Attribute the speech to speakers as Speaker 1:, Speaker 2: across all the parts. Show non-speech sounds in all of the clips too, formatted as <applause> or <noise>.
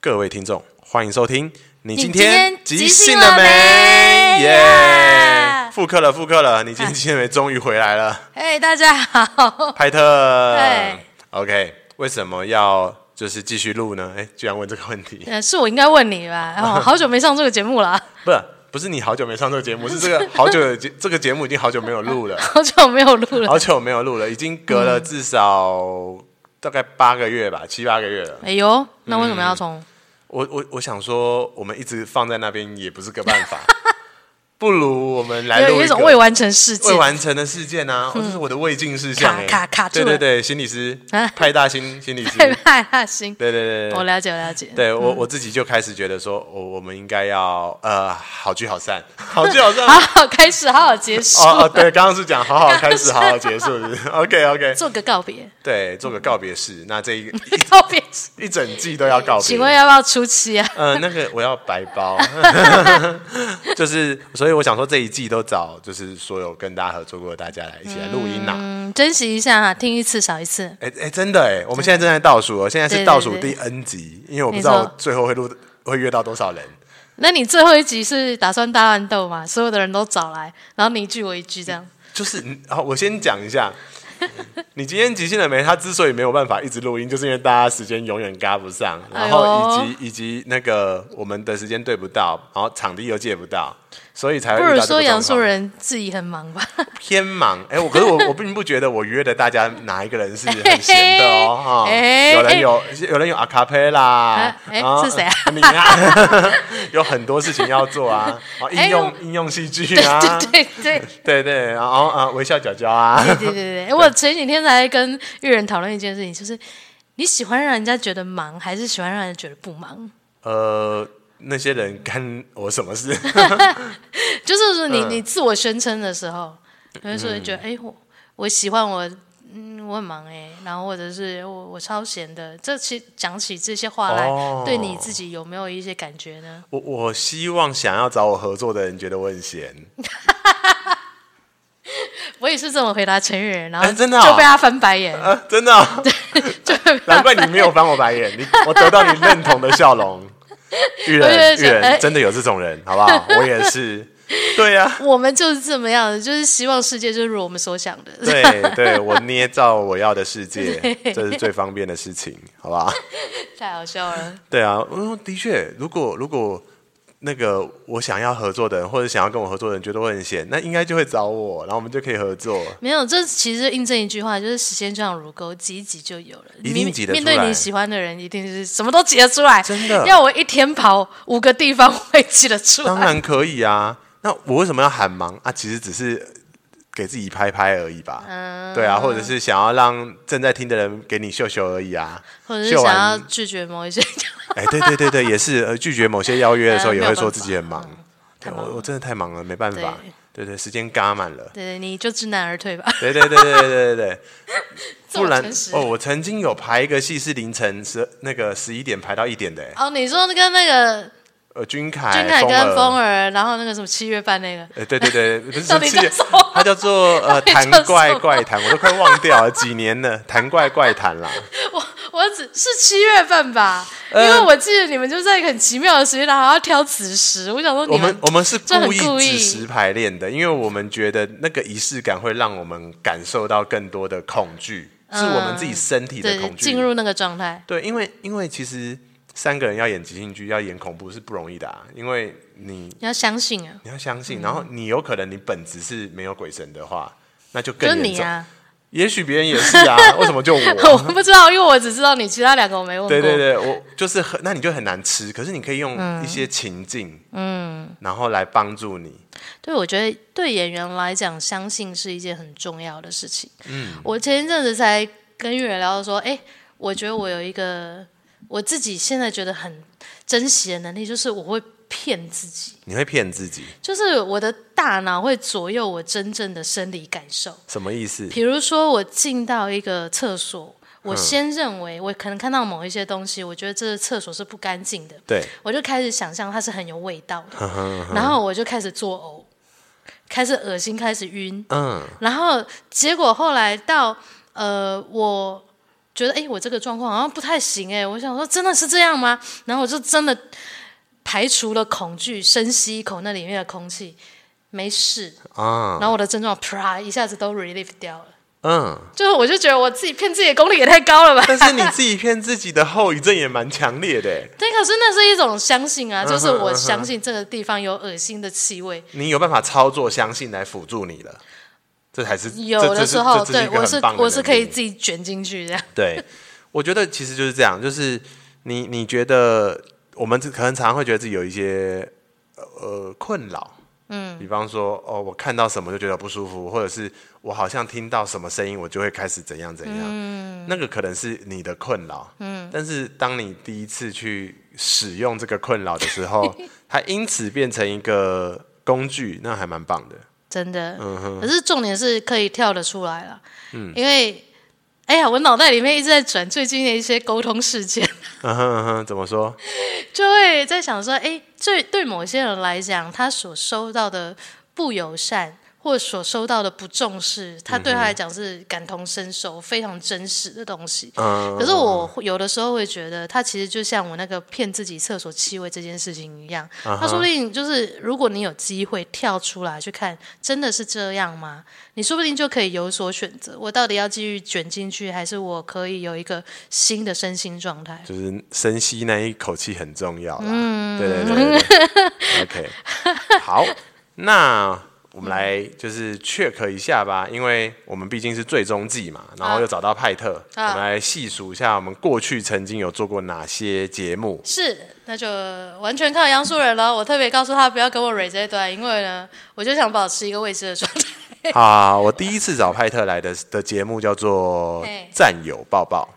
Speaker 1: 各位听众，欢迎收听。你今
Speaker 2: 天
Speaker 1: 即
Speaker 2: 即
Speaker 1: 兴
Speaker 2: 兴
Speaker 1: 了
Speaker 2: 了
Speaker 1: 没？
Speaker 2: 没
Speaker 1: 耶、
Speaker 2: Yeah
Speaker 1: 复刻了，复刻了。你今天即兴了没？终于回来了，
Speaker 2: 嘿、大家好。 <laughs>
Speaker 1: 派特。
Speaker 2: 哦对
Speaker 1: ，OK。为什么要就是继续录呢？哎，居然问这个问题， <laughs>
Speaker 2: 呃，是我应该问你吧？哦，好久没上这个节目了，啊
Speaker 1: 不是不是你好久没上这个节目，是这个好久的节这个节目已经好久没有
Speaker 2: <laughs>
Speaker 1: 录了，
Speaker 2: <laughs> 好久没有录了。
Speaker 1: 好久没有录了，已经隔
Speaker 2: 嗯
Speaker 1: 了至少大概八个月吧，七八个月了。
Speaker 2: 哎呦，那为什么要
Speaker 1: 嗯
Speaker 2: 从？
Speaker 1: 我我我想说，我们一直放在那边也不是个办
Speaker 2: <laughs>
Speaker 1: 法，不如我们来
Speaker 2: 有
Speaker 1: 录
Speaker 2: 有
Speaker 1: 一
Speaker 2: 一
Speaker 1: 个
Speaker 2: 种未完成事件
Speaker 1: 未。完成的事件啊，哦这是我的未尽事项、欸，
Speaker 2: 嗯卡卡卡住
Speaker 1: 对对
Speaker 2: 了
Speaker 1: 对，心理师
Speaker 2: 啊
Speaker 1: 派大星心理师，
Speaker 2: <laughs> 对派大星，
Speaker 1: 对对对
Speaker 2: 我嗯
Speaker 1: 对。
Speaker 2: 哦了解，我了解。
Speaker 1: 对我我自己就开始觉得说，哦我我们应该要呃好聚好
Speaker 2: <laughs>
Speaker 1: 散，好聚好散。
Speaker 2: 好好开始，好好结束，
Speaker 1: 哦哦，对，刚刚是讲好好开始，好好结束
Speaker 2: <laughs>
Speaker 1: 是不是，OK OK。
Speaker 2: 做个告别。 <laughs>
Speaker 1: 对，做个告别式。那这一个
Speaker 2: 告别式，
Speaker 1: 一整季都要告别。
Speaker 2: 请问要不要出
Speaker 1: <laughs>
Speaker 2: 期啊？
Speaker 1: 呃，那个我要白
Speaker 2: <laughs>
Speaker 1: 包，就是所以我想说这一季都找就是所有跟大家合作过的大家来一起来录音啊呐、
Speaker 2: 嗯，珍惜一下啊，听一次少一次。
Speaker 1: 哎哎、真的哎，我们现在正在倒数哦，现在是
Speaker 2: 对对
Speaker 1: 倒数
Speaker 2: 对
Speaker 1: 第 N 集，因为我不
Speaker 2: 没
Speaker 1: 知道我
Speaker 2: 错
Speaker 1: 最后会录会约到多少人。
Speaker 2: 那你最后一集是打算大乱斗吗？所有的人都找来，然后你一句我一句这样。
Speaker 1: 就是，好，我先讲一
Speaker 2: <laughs>
Speaker 1: 下，你今天即兴了没？他之所以没有办法一直录音，就是因为大家时间永远嘎不上，
Speaker 2: 哎
Speaker 1: 然
Speaker 2: 呦
Speaker 1: 后以及、以及那个我们的时间对不到，然后场地又借不到，所以才会嗯
Speaker 2: 不
Speaker 1: 遇到
Speaker 2: 如
Speaker 1: 这个
Speaker 2: 说杨
Speaker 1: 状
Speaker 2: 树
Speaker 1: 况
Speaker 2: 人自己很忙吧。
Speaker 1: 偏忙，哎、我可
Speaker 2: <laughs>
Speaker 1: 是我我并不觉得我约的大家哪一个人是很闲的
Speaker 2: <laughs>
Speaker 1: 哦，哈、
Speaker 2: 哎
Speaker 1: 有人有有人有阿卡佩啦，
Speaker 2: 哎
Speaker 1: 啊
Speaker 2: 是谁啊
Speaker 1: 你啊， <laughs> 有很多事情要做啊，
Speaker 2: <laughs>
Speaker 1: 啊应用、
Speaker 2: 哎
Speaker 1: 应用戏剧
Speaker 2: 对
Speaker 1: 啊，
Speaker 2: <laughs> 对对对。
Speaker 1: 对对然后啊微笑角角啊， <laughs>
Speaker 2: 对对对哎对，我前几天才跟玉人讨论一件事情，就是你喜欢让人家觉得忙，还是喜欢让人觉得不忙？
Speaker 1: 呃，那些人干我什么事？ <laughs>
Speaker 2: 就是说你、
Speaker 1: 嗯
Speaker 2: 你自我宣称的时候，有的时候你觉得哎、我我喜欢我。嗯，我很忙哎、然后或者是我我超闲的，这其讲起这些话来，
Speaker 1: 哦
Speaker 2: 对你自己有没有一些感觉呢？
Speaker 1: 我我希望想要找我合作的人觉得我很闲，
Speaker 2: 我也是这么回答陈玉仁，然后
Speaker 1: 哎真的哦
Speaker 2: 就被他翻
Speaker 1: <laughs>
Speaker 2: 白眼，
Speaker 1: 啊，真的哦、
Speaker 2: 就被他
Speaker 1: <laughs> 难怪你没有翻我白眼，你我得到你认同的笑
Speaker 2: <laughs>
Speaker 1: 容。玉
Speaker 2: 我觉得
Speaker 1: 人，玉
Speaker 2: 是哎
Speaker 1: 人真的有这种人，好不
Speaker 2: <laughs>
Speaker 1: 好？我也是。对啊呀、
Speaker 2: 我们就是这么样的，就是希望世界就是如我们所想的。
Speaker 1: 对对，我捏造我要的世界，这是最方便的事情，好不好？
Speaker 2: <laughs> 太好笑了。
Speaker 1: 对啊，嗯，的确，如果如果那个我想要合作的人，或者想要跟我合作的人觉得我很闲，那应该就会找我，然后我们就可以合作。
Speaker 2: 没有，这其实印证一句话，就是时间就像乳沟，挤一挤就有了。
Speaker 1: 一定
Speaker 2: 明明
Speaker 1: 挤得
Speaker 2: 面
Speaker 1: 出来
Speaker 2: 对你喜欢的人，一定是什么都挤得出来。
Speaker 1: 真的
Speaker 2: 要我一天跑五个地方，我也挤得出
Speaker 1: <laughs> 当
Speaker 2: 来。
Speaker 1: 然可以啊，那我为什么要喊忙啊？其实只是给自己拍拍而已吧。
Speaker 2: 嗯
Speaker 1: 对啊，或者是想要让正在听的人给你秀秀而已啊，
Speaker 2: 或者是
Speaker 1: 秀
Speaker 2: 想
Speaker 1: 完
Speaker 2: 要拒绝某一些，
Speaker 1: 哎，对对
Speaker 2: <laughs>
Speaker 1: 对对，也是呃，拒绝某些邀约的时候，
Speaker 2: 呃
Speaker 1: 也
Speaker 2: <laughs> 没有
Speaker 1: 会说
Speaker 2: 办
Speaker 1: 自
Speaker 2: 法嗯
Speaker 1: 己很忙，对
Speaker 2: 太忙
Speaker 1: 我
Speaker 2: 了，
Speaker 1: 我真的太忙了，没办法，对对，时间嘎满了
Speaker 2: 对对，你就知难而退吧。
Speaker 1: 对对对对对对对，
Speaker 2: <laughs> 这
Speaker 1: 不
Speaker 2: 么
Speaker 1: 然
Speaker 2: 诚实
Speaker 1: 哦，我曾经有排一个戏是凌晨十那个十一点排到一点的，哎
Speaker 2: 哦，你说跟那个
Speaker 1: 呃，君凯、
Speaker 2: 君凯
Speaker 1: 儿
Speaker 2: 跟风儿，然后那个什么七月半那个， <laughs>
Speaker 1: 呃，对对对，不是
Speaker 2: 到底
Speaker 1: 七月
Speaker 2: 叫什么
Speaker 1: 它叫做呃
Speaker 2: 到底叫
Speaker 1: 谈
Speaker 2: 什么
Speaker 1: 怪怪谈，我都快忘掉了，几年了，谈怪怪谈
Speaker 2: <laughs>
Speaker 1: 啦。
Speaker 2: 我我只是七月半吧，
Speaker 1: 呃
Speaker 2: 因为我记得你们就在一个很奇妙的时间，然后要挑子时，我想说
Speaker 1: 我
Speaker 2: 你
Speaker 1: 们我们是
Speaker 2: 这很
Speaker 1: 故意
Speaker 2: 故
Speaker 1: 子
Speaker 2: 意
Speaker 1: 时排练的，因为我们觉得那个仪式感会让我们感受到更多的恐惧，是我们自己身体的
Speaker 2: 嗯对
Speaker 1: 恐惧
Speaker 2: 进。入那个状态。
Speaker 1: 对，因为因为其实三个人要演即兴剧，要演恐怖是不容易的啊，因为你
Speaker 2: 你要相信啊，
Speaker 1: 你要相信，然后你有可能你本质是没有鬼神的话，那就
Speaker 2: 就
Speaker 1: 更
Speaker 2: 是
Speaker 1: 严
Speaker 2: 你
Speaker 1: 重。
Speaker 2: 啊，
Speaker 1: 也许别人也是啊，
Speaker 2: <laughs>
Speaker 1: 为什么就
Speaker 2: 我不知道，因为我只知道你，其他两个我没问过。
Speaker 1: 对对对，我就是很，那你就很难吃。可是你可以用一些情境，嗯，然后来帮助你。
Speaker 2: 对我觉得对演员来讲，相信是一件很重要的事情。嗯，我前一阵子才跟月聊到说，哎，我觉得我有一个我自己现在觉得很珍惜的能力，就是我会骗自己，
Speaker 1: 你会骗自己，
Speaker 2: 就是我的大脑会左右我真正的生理感受。
Speaker 1: 什么意思？
Speaker 2: 比如说，我进到一个厕所，
Speaker 1: 嗯
Speaker 2: 我先认为我可能看到某一些东西，我觉得这个厕所是不干净的，
Speaker 1: 对，
Speaker 2: 我就开始想象它是很有味道的，
Speaker 1: 嗯
Speaker 2: 然后我就开始作呕，开始恶心，开始晕，
Speaker 1: 嗯，
Speaker 2: 然后结果后来到呃，我觉得哎、诶我这个状况好像不太行哎、我想说真的是这样吗？然后我就真的排除了恐惧，深吸一口那里面的空气，没事，
Speaker 1: 啊，
Speaker 2: 然后我的症状啪一下子都 relief 掉了。
Speaker 1: 嗯，
Speaker 2: 就是我就觉得我自己骗自己的功力也太高了吧？
Speaker 1: 但是你自己骗自己的后遗症也蛮强烈的欸，
Speaker 2: 对，可是那是一种相信啊，
Speaker 1: 哼
Speaker 2: 就是
Speaker 1: 嗯
Speaker 2: 我
Speaker 1: 哼
Speaker 2: 相信这个地方有恶心的气味。
Speaker 1: 你有办法操作相信来辅助你了，这才是
Speaker 2: 有
Speaker 1: 这这
Speaker 2: 的
Speaker 1: 是
Speaker 2: 时候，
Speaker 1: 这这是
Speaker 2: 对
Speaker 1: 一个
Speaker 2: 我
Speaker 1: 很
Speaker 2: 是
Speaker 1: 棒的
Speaker 2: 我是
Speaker 1: 能
Speaker 2: 可以
Speaker 1: 力
Speaker 2: 自己卷进去这样。
Speaker 1: 对，我觉得其实就是这样，就是你你觉得我们可能常常会觉得自己有一些呃困扰，嗯，比方说哦，我看到什么就觉得不舒服，或者是我好像听到什么声音，我就会开始怎样怎样，嗯，那个可能是你的困扰，嗯，但是当你第一次去使用这个困扰的时 <laughs> 候，它因此变成一个工具，那还蛮棒的，
Speaker 2: 真的。
Speaker 1: 嗯
Speaker 2: 可是重点是可以跳得出来了，因为哎呀，我脑袋里面一直在转最近的一些沟通事件，
Speaker 1: 嗯哼嗯哼，怎么说？
Speaker 2: 就会在想说，哎，对对某些人来讲，他所收到的不友善。或所收到的不重视，他对他来讲是感同身受、非常真实的东西。
Speaker 1: 嗯，
Speaker 2: 可是我会有的时候会觉得，他其实就像我那个骗自己厕所气味这件事情一样，他说不定就是如果你有机会跳出来去看，真的是这样吗？你说不定就可以有所选择，我到底要继续卷进去，还是我可以有一个新的身心状态？
Speaker 1: 就是深吸那一口气很重要啦。
Speaker 2: 嗯
Speaker 1: 对对对对对
Speaker 2: <laughs>
Speaker 1: OK，好，那我们来就是 check 一下吧，因为我们毕竟是最终季嘛，然后又找到派特，
Speaker 2: 啊
Speaker 1: 我们来细数一下我们过去曾经有做过哪些节
Speaker 2: <laughs>
Speaker 1: 目。
Speaker 2: 是，那就完全靠杨树人了。我特别告诉他不要跟我蕊这一段，因为呢，我就想保持一个未知的状态。 <laughs>
Speaker 1: 啊，我第一次找派特来的的节目叫做
Speaker 2: 嘿
Speaker 1: 《战友抱抱》。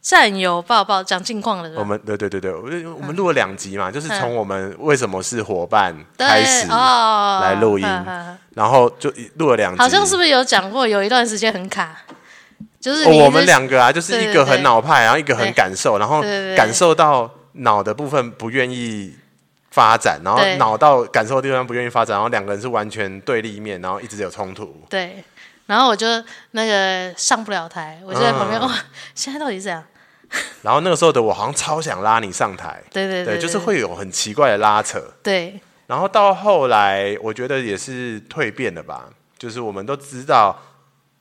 Speaker 2: 战友抱抱讲近况了是吧，
Speaker 1: 我们对对对对，我们我
Speaker 2: 嗯
Speaker 1: 们录了两集嘛，就是从我们为什么是伙伴开始
Speaker 2: 对哦
Speaker 1: 来录音
Speaker 2: 呵呵，
Speaker 1: 然后就录了两集，
Speaker 2: 好像是不是有讲过，有一段时间很卡，就是
Speaker 1: 哦
Speaker 2: 你一直、
Speaker 1: 我们两个啊，就是一
Speaker 2: 对
Speaker 1: 个
Speaker 2: 对
Speaker 1: 很
Speaker 2: 对
Speaker 1: 脑派，然后一个很
Speaker 2: 对
Speaker 1: 感受，然后
Speaker 2: 对对对
Speaker 1: 感受到脑的部分不愿意发展，然后
Speaker 2: 对
Speaker 1: 脑到感受的地方不愿意发展，然后两个人是完全对立面，然后一直有冲突。
Speaker 2: 对，然后我就那个上不了台，我就在旁边，
Speaker 1: 嗯
Speaker 2: 哇、现在到底是怎样？
Speaker 1: 然后那个时候的我好像超想拉你上台，
Speaker 2: 对对对，
Speaker 1: 就是会有很奇怪的拉扯。
Speaker 2: 对
Speaker 1: 然后到后来，我觉得也是蜕变了吧，就是我们都知道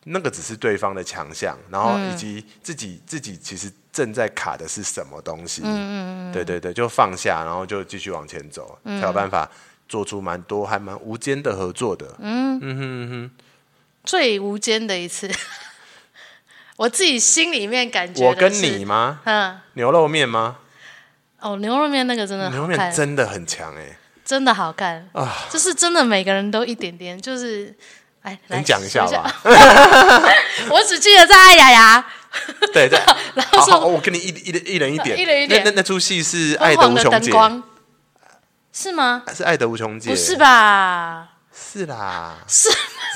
Speaker 1: 那个只是对方的强项，然后
Speaker 2: 嗯
Speaker 1: 以及自己、自己其实正在卡的是什么东西，嗯嗯对对对，就放下，然后就继续往前走，
Speaker 2: 嗯
Speaker 1: 才有办法做出蛮多还蛮无间的合作的，
Speaker 2: 嗯最无间的一次， <laughs> 我自己心里面感觉
Speaker 1: 我跟
Speaker 2: 的是
Speaker 1: 你，吗？
Speaker 2: 嗯，
Speaker 1: 牛肉面吗？
Speaker 2: 哦，牛肉面那个真的
Speaker 1: 牛肉
Speaker 2: 好
Speaker 1: 面
Speaker 2: 看，
Speaker 1: 真的很强哎、
Speaker 2: 真的好看
Speaker 1: 啊
Speaker 2: 就是真的每个人都一点点，就是。哎，来
Speaker 1: 你讲一下
Speaker 2: 说
Speaker 1: 吧。
Speaker 2: 我只记得在爱雅雅，
Speaker 1: <laughs> 对对，
Speaker 2: <laughs> 然
Speaker 1: 好
Speaker 2: 后
Speaker 1: 好，
Speaker 2: 说
Speaker 1: 我跟你一一一人一点，
Speaker 2: <laughs> 一人一点
Speaker 1: 那那那出戏是《
Speaker 2: 昏
Speaker 1: 爱的
Speaker 2: 黄
Speaker 1: 无
Speaker 2: 的
Speaker 1: 穷
Speaker 2: 灯
Speaker 1: 解》，
Speaker 2: 光，是吗？
Speaker 1: 是《爱的无穷解》，
Speaker 2: 不是吧？
Speaker 1: 是啦，
Speaker 2: 是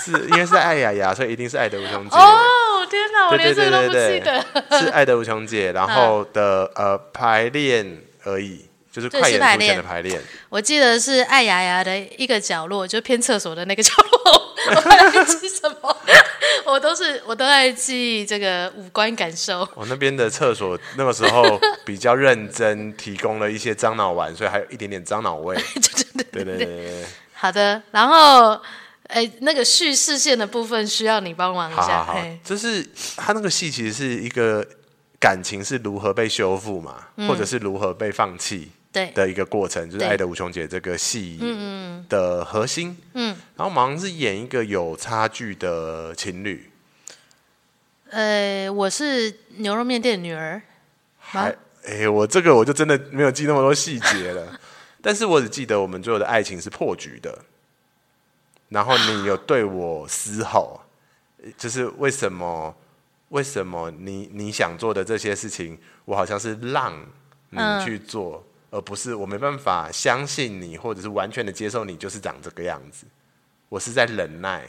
Speaker 1: 是因为是爱雅雅，所以一定是爱的无穷节。
Speaker 2: 哦，天哪，我
Speaker 1: 对
Speaker 2: 连
Speaker 1: 对
Speaker 2: 这
Speaker 1: 对
Speaker 2: 个都
Speaker 1: 对
Speaker 2: 不记
Speaker 1: 对
Speaker 2: 得。 <laughs>
Speaker 1: 是爱的无穷节，然后的呃排练而已，就是
Speaker 2: 对
Speaker 1: 快
Speaker 2: 是
Speaker 1: 演
Speaker 2: 排
Speaker 1: 出前
Speaker 2: 练
Speaker 1: 的排练。
Speaker 2: 我记得是爱牙牙的一个角落，就偏厕所的那个角
Speaker 1: <laughs>
Speaker 2: 落。我还记什么？我都是我都在记这个五官感受。 <laughs>
Speaker 1: 我哦那边的厕所那个时候比较认真，提供了一些樟脑丸，所以还有一点点樟脑味。对对对对
Speaker 2: <laughs>
Speaker 1: 对，
Speaker 2: 好的，然后哎，那个叙事线的部分需要你帮忙一
Speaker 1: 好好
Speaker 2: 下。
Speaker 1: 好
Speaker 2: 嘿，
Speaker 1: 就是他那个戏其实是一个感情是如何被修复嘛，
Speaker 2: 嗯
Speaker 1: 或者是如何被放弃。
Speaker 2: 对
Speaker 1: 的一个过程，就是《
Speaker 2: 对嗯
Speaker 1: 爱的无穷解》这个戏的核心。嗯，然后我们好像是演一个有差距的情侣，
Speaker 2: 呃，我是牛肉面店的女儿。啊
Speaker 1: 还哎、我这个我就真的没有记那么多细节了， <laughs> 但是我只记得我们最后的爱情是破局的。然后你有对我嘶吼，就是为什么？为什么你你想做的这些事情，我好像是让你
Speaker 2: 嗯
Speaker 1: 去做，而不是我没办法相信你，或者是完全的接受你就是长这个样子。我是在忍耐，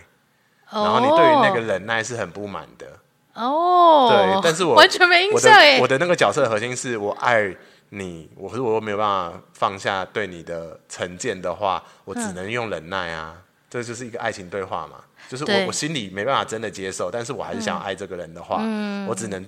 Speaker 1: 然后你对于那个忍耐是很不满的。
Speaker 2: 哦，
Speaker 1: 对，但是我
Speaker 2: <laughs> 完全没印
Speaker 1: 我
Speaker 2: 象
Speaker 1: 的
Speaker 2: 哎
Speaker 1: 我。的那个角色核心是我爱你，我可是我又没有办法放下对你的成见的话，我只能用忍耐啊。这就是一个爱情对话嘛，就是我
Speaker 2: 嗯对嗯
Speaker 1: 我心里没办法真的接受，但是我还是想要爱这个人的话，我只能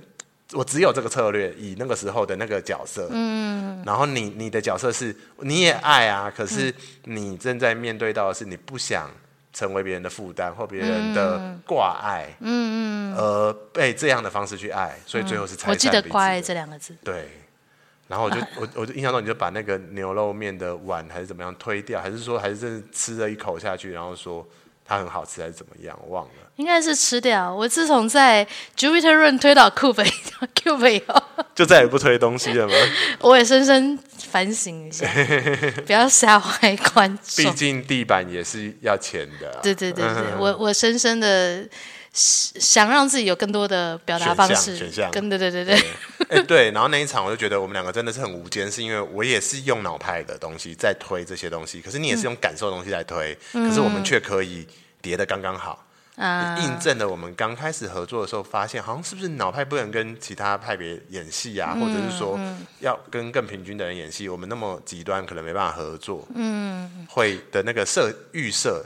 Speaker 1: 我只有这个策略，以那个时候的那个角色，嗯，然后你你的角色是你也爱啊，可是你正在面对到的是你不想成为别人的负担或别人的挂碍，嗯嗯，而被这样的方式去爱，所以最后是拆散
Speaker 2: 嗯我记得
Speaker 1: 彼
Speaker 2: “
Speaker 1: 此
Speaker 2: 乖”
Speaker 1: 的
Speaker 2: 这两个字，
Speaker 1: 对，然后我就我我就印象中你就把那个牛肉面的碗还是怎么样推掉，还是说还是真的吃了一口下去，然后说它很好吃还是怎么样，我忘了。
Speaker 2: 应该是吃掉。我自从在 Jupiter Run 推倒 Cube Cube 以后， <laughs>
Speaker 1: 就再也不推东西了吗？
Speaker 2: 我也深深反省一
Speaker 1: <laughs>
Speaker 2: 下，不要吓坏观
Speaker 1: 毕
Speaker 2: 众。
Speaker 1: 竟地板也是要钱的啊、
Speaker 2: 对对对对，我我深深的想让自己有更多的表达方式，
Speaker 1: 选项选项
Speaker 2: 跟对对对对，
Speaker 1: 哎、对，然后那一场我就觉得我们两个真的是很无间，是因为我也是用脑派的东西在推这些东西，可是你也是用感受的东西在推，可是我们却可以叠的刚刚好，
Speaker 2: 啊
Speaker 1: 印证了我们刚开始合作的时候发现，好像是不是脑派不能跟其他派别演戏啊，或者是说要跟更平均的人演戏，我们那么极端可能没办法合作，嗯，会的那个设预设，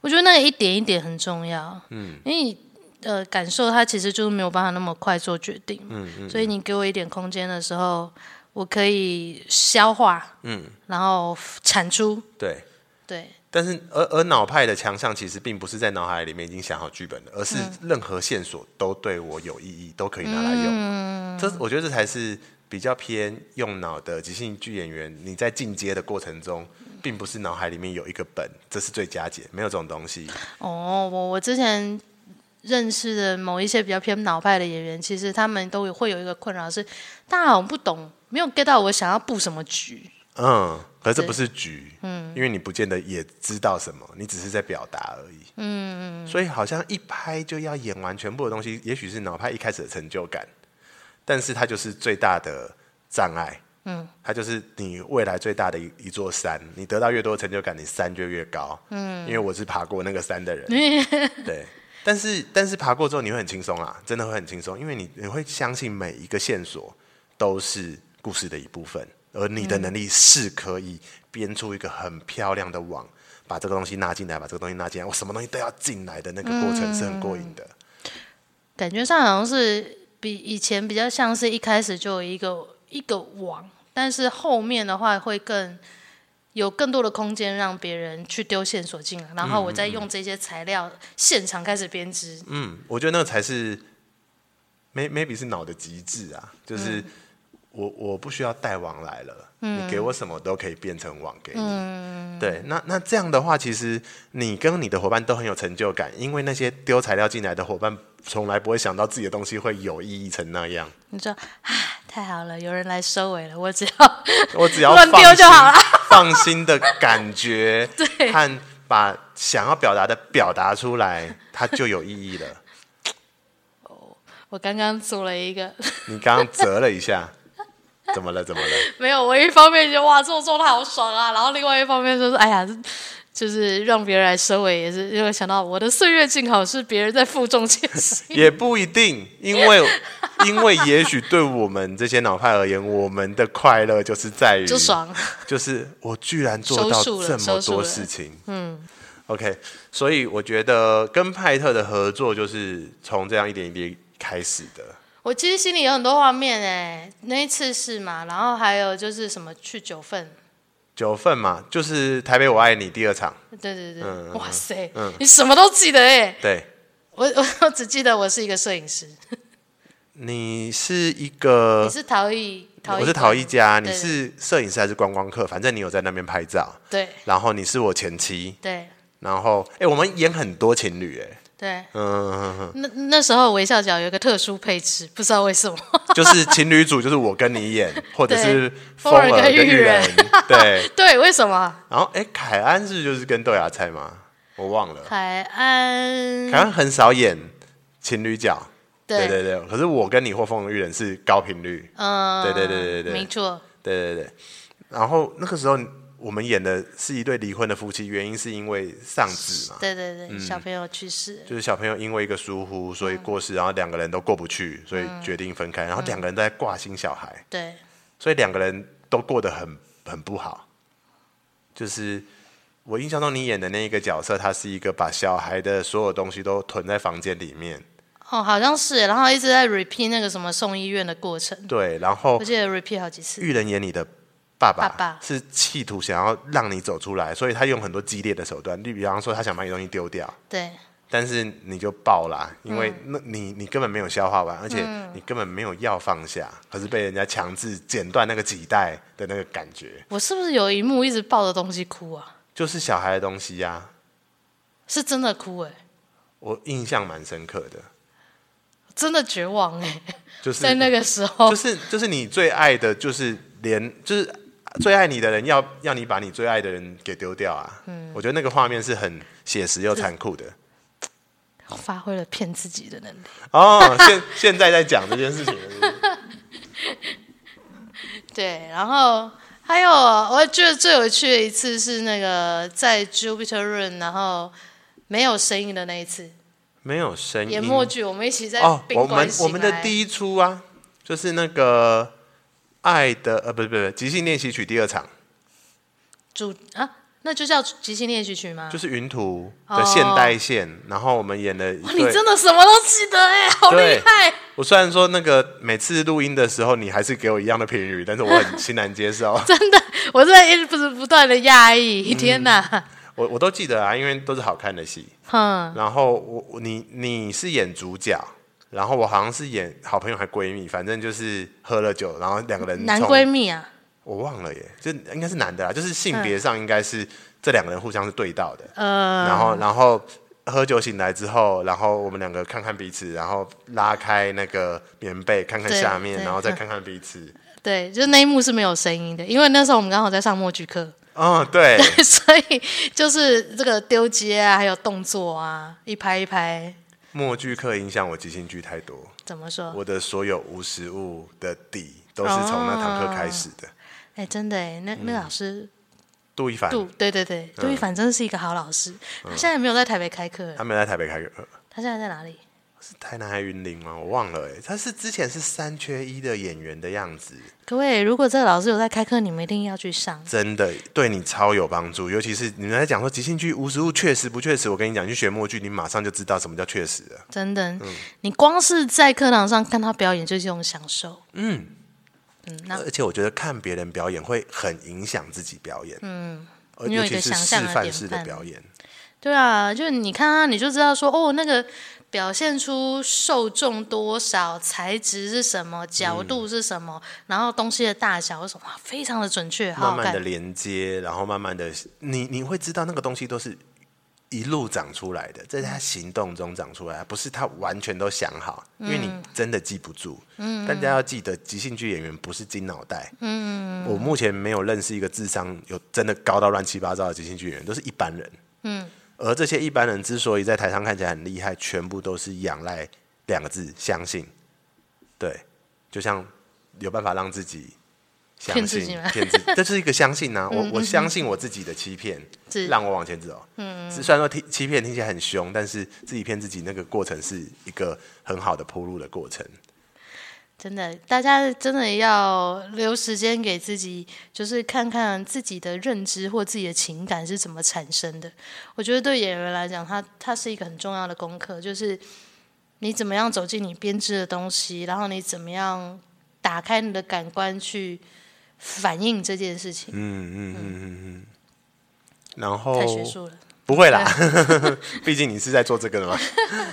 Speaker 2: 我觉得那个一点一点很重要，嗯，因为你呃感受它其实就是没有办法那么快做决定，嗯嗯，所以你给我一点空间的时候，我可以消化，嗯，然后产出，
Speaker 1: 对。
Speaker 2: 对，
Speaker 1: 但是而而脑派的强项其实并不是在脑海里面已经想好剧本了，而是任何线索都对我有意义，都可以拿来用。这我觉得这才是比较偏用脑的即兴剧演员。你在进阶的过程中，并不是脑海里面有一个本，这是最佳解，没有这种东西。
Speaker 2: 哦，我我之前。认识的某一些比较偏脑派的演员，其实他们都有会有一个困扰是，大家好像不懂，没有 get 到我想要布什么局。
Speaker 1: 嗯，可是这不是局，嗯，因为你不见得也知道什么，你只是在表达而已。嗯，所以好像一拍就要演完全部的东西，也许是脑拍一开始的成就感，但是它就是最大的障碍。嗯，它就是你未来最大的一一座山，你得到越多成就感，你山就越高。嗯，因为我是爬过那个山的人，对。但是但是爬过之后你会很轻松啦，真的会很轻松，因为你你会相信每一个线索都是故事的一部分，而你的能力是可以编出一个很漂亮的网，把这个东西拉进来，把这个东西拉进来，我什么东西都要进来的那个过程是很过瘾的。
Speaker 2: 感觉上好像是比以前比较像是一开始就有一个一个网，但是后面的话会更有更多的空间让别人去丢线索进来，然后我再用这些材料现场开始编织。
Speaker 1: 嗯，我觉得那个才是，may maybe 是脑的极致啊，
Speaker 2: 嗯
Speaker 1: 就是我我不需要带网来了，你给我什么都可以变成网给你。
Speaker 2: 嗯
Speaker 1: 对，那那这样的话，其实你跟你的伙伴都很有成就感，因为那些丢材料进来的伙伴从来不会想到自己的东西会有意义成那
Speaker 2: <laughs>
Speaker 1: 样。
Speaker 2: 你知道啊，太好了，有人来收尾了，我只要 <laughs>
Speaker 1: 我只要
Speaker 2: 乱
Speaker 1: 放
Speaker 2: 丢就
Speaker 1: 心
Speaker 2: 好了
Speaker 1: <laughs> 放心的感觉，
Speaker 2: <laughs> 对
Speaker 1: 和把想要表达的表达出来，它就有意义了。
Speaker 2: 我刚刚做了一个， <laughs>
Speaker 1: 你刚刚折了一下，怎么了？怎么了？
Speaker 2: 没有，我一方面就哇，这种做的好爽啊，然后另外一方面就是哎呀。就是让别人来收尾，也是因为想到我的岁月静好是别人在负重前行。
Speaker 1: 也不一定，因为 <laughs> 因为也许对我们这些脑派而言，我们的快乐就是在于
Speaker 2: 就爽，
Speaker 1: 就是我居然做到
Speaker 2: 收束了
Speaker 1: 这么
Speaker 2: 收束
Speaker 1: 多
Speaker 2: 了
Speaker 1: 事情。嗯，OK，所以我觉得跟派特的合作就是从这样一点一滴开始的。
Speaker 2: 我其实心里有很多画面哎，那一次是嘛，然后还有就是什么去九份，
Speaker 1: 九份嘛，就是台北我爱你第二场，
Speaker 2: 对对对，
Speaker 1: 嗯嗯
Speaker 2: 哇塞，
Speaker 1: 嗯
Speaker 2: 你什么都记得哎，
Speaker 1: 对，
Speaker 2: 我 <laughs> 我我只记得我是一个摄影师，
Speaker 1: 你是一个
Speaker 2: 你是陶艺，陶
Speaker 1: 嗯
Speaker 2: 艺，
Speaker 1: 我是陶艺，家，你
Speaker 2: 对对
Speaker 1: 是摄影师还是观光客？反正你有在那边拍照，
Speaker 2: 对
Speaker 1: 然后你是我前妻，
Speaker 2: 对
Speaker 1: 然后哎、我们演很多情侣哎、
Speaker 2: 对，
Speaker 1: 嗯，
Speaker 2: 那那时候微笑角有一个特殊配置，不知道为什么， <laughs>
Speaker 1: 就是情侣组，就是我跟你演，或者是
Speaker 2: 风
Speaker 1: 儿
Speaker 2: 儿
Speaker 1: 跟
Speaker 2: 跟
Speaker 1: 玉
Speaker 2: 玉
Speaker 1: 人
Speaker 2: 人，
Speaker 1: <laughs> 对。
Speaker 2: 对，为什么？
Speaker 1: 然后，哎、凯安是不是就是跟豆芽菜吗？我忘了，
Speaker 2: 海安
Speaker 1: 凯，安很少演情侣角，对对
Speaker 2: 嗯对，
Speaker 1: 对。可是我跟你或风儿玉人是高频率，
Speaker 2: 嗯，
Speaker 1: 对对对对对
Speaker 2: 没错，
Speaker 1: 对对对。然后那个时候我们演的是一对离婚的夫妻，原因是因为丧子嘛，
Speaker 2: 对对对，小朋友去世，
Speaker 1: 就是小朋友因为一个疏忽，所以
Speaker 2: 嗯
Speaker 1: 过世，然后两个人都过不去，所以决定分开，然后两个人都在挂心小孩。
Speaker 2: 对，
Speaker 1: 所以两个人都过得很很不好。就是我印象中你演的那一个角色，他是一个把小孩的所有东西都囤在房间里面，
Speaker 2: 哦，好像是，然后一直在 repeat 那个什么送医院的过程，
Speaker 1: 对，然后
Speaker 2: 我记得 repeat 好几次。
Speaker 1: 玉人演你的爸爸
Speaker 2: 爸爸
Speaker 1: 是企图想要让你走出来，所以他用很多激烈的手段，例比方说他想把你东西丢掉，
Speaker 2: 对，
Speaker 1: 但是你就爆啦，因为
Speaker 2: 嗯
Speaker 1: 那你你根本没有消化完，而且你根本没有要放下，可是被人家强制剪断那个脐带的那个感觉，
Speaker 2: 我是不是有一幕一直抱着东西哭啊？
Speaker 1: 就是小孩的东西呀、
Speaker 2: 是真的哭哎、
Speaker 1: 我印象蛮深刻的，
Speaker 2: 真的绝望哎、
Speaker 1: 就是
Speaker 2: 在那个时候，
Speaker 1: 就是就是你最爱的，就是连就是最爱你的人要要你把你最爱的人给丢掉啊！
Speaker 2: 嗯
Speaker 1: 我觉得那个画面是很写实又残酷的。
Speaker 2: 发挥了骗自己的能力。
Speaker 1: 哦，现现在在讲这件事情了是不是，
Speaker 2: 对，然后还有，啊我觉得最有趣的一次是那个在 Jupiter Room，然后没有声音的那一次
Speaker 1: 没有声音
Speaker 2: 演默剧，我们一起在
Speaker 1: 嗯哦。
Speaker 2: 宾
Speaker 1: 我
Speaker 2: 馆
Speaker 1: 们我们的
Speaker 2: 一
Speaker 1: 第一出啊，就是那个爱的呃，不是不是即兴练习曲第二场，
Speaker 2: 主啊，那就叫即兴练习曲吗？
Speaker 1: 就是云图的现代线，然后我们演了一
Speaker 2: 哦哇，你
Speaker 1: 对
Speaker 2: 真的什么都记得哎、好厉
Speaker 1: 对
Speaker 2: 害！
Speaker 1: 我虽然说那个每次录音的时候，你还是给我一样的评语，但是我很欣然接
Speaker 2: <laughs>
Speaker 1: 受。
Speaker 2: 我真的一直不是不断的讶异，天哪！
Speaker 1: 我我都记得啊，因为都是好看的戏。
Speaker 2: 哼、
Speaker 1: 然后我我你你是演主角，然后我好像是演好朋友还闺蜜，反正就是喝了酒，然后两个人
Speaker 2: 男
Speaker 1: 从
Speaker 2: 闺蜜嗯啊，
Speaker 1: 我忘了耶，这应该是男的啦，就是性别上应该是这两个人互相是对到的。
Speaker 2: 呃，
Speaker 1: 然后然后喝酒醒来之后，然后我们两个看看彼此，然后拉开那个棉被看看
Speaker 2: 对
Speaker 1: 下面，
Speaker 2: 对
Speaker 1: 然后再
Speaker 2: 嗯
Speaker 1: 看看彼此。
Speaker 2: 对，就是那一幕是没有声音的，因为那时候我们刚好在上默剧课， <laughs>
Speaker 1: 哦，对，
Speaker 2: 所以就是这个丢接啊，还有动作啊，一拍一拍，
Speaker 1: 默剧课影响我即兴剧太多。
Speaker 2: 怎么说？
Speaker 1: 我的所有无实物的底都是从那堂课开始的。
Speaker 2: 哎，真的哎，那
Speaker 1: 嗯
Speaker 2: 那老师
Speaker 1: 杜一凡，
Speaker 2: 杜，对对对，杜一凡真的是一个好老师。他现在没有在台北开课
Speaker 1: 嗯他，没有在台北开课，
Speaker 2: 他现在在哪里？
Speaker 1: 是台南还云林吗？我忘了哎、他是之前是三缺一的演员的样子，
Speaker 2: 各位，如果这个老师有在开课，你们一定要去上。
Speaker 1: 真的对你超有帮助。尤其是你们在讲说即兴剧无实物确实不确实，我跟你讲，你去学默剧，你马上就知道什么叫确实了。
Speaker 2: 真的，
Speaker 1: 嗯
Speaker 2: 你光是在课堂上看他表演就是一种享受。嗯嗯，那
Speaker 1: 而且我觉得看别人表演会很影响自己表演，嗯，
Speaker 2: 你有
Speaker 1: 尤
Speaker 2: 一
Speaker 1: 其
Speaker 2: 个
Speaker 1: 是
Speaker 2: 想象
Speaker 1: 示
Speaker 2: 的
Speaker 1: 范
Speaker 2: 典
Speaker 1: 式的
Speaker 2: 范
Speaker 1: 表演，
Speaker 2: 对啊，就是你看他，你就知道说哦，那个表现出受众多少、材质是什么、
Speaker 1: 嗯
Speaker 2: 角度是什么，然后东西的大小是什么，哇非常的准确，
Speaker 1: 慢
Speaker 2: 好好
Speaker 1: 慢的
Speaker 2: 看。
Speaker 1: 连接，然后慢慢的，你你会知道那个东西都是一路长出来的，在他行动中长出来，不是他完全都想好，因为你真的记不住。嗯，大家要记得，即兴剧演员不是金脑袋。嗯，我目前没有认识一个智商有真的高到乱七八糟的即兴剧演员，都是一般人。嗯，而这些一般人之所以在台上看起来很厉害，全部都是仰赖两个字——相信。对，就像有办法让自己相
Speaker 2: 骗自
Speaker 1: 信
Speaker 2: 己吗
Speaker 1: 骗自己，这是一个相信啊！我我相信我自己的欺骗
Speaker 2: 嗯是，
Speaker 1: 让我往前走。嗯，虽然说欺欺骗听起来很凶，但是自己骗自己那个过程是一个很好的铺路的过程。
Speaker 2: 真的，大家真的要留时间给自己，就是看看自己的认知或自己的情感是怎么产生的。我觉得对演员来讲，它它是一个很重要的功课，就是你怎么样走进你编织的东西，然后你怎么样打开你的感官去反映这件事情。
Speaker 1: 嗯然后
Speaker 2: 太学术了，
Speaker 1: 不会
Speaker 2: <laughs>
Speaker 1: 啦，毕竟你是在做这个的嘛。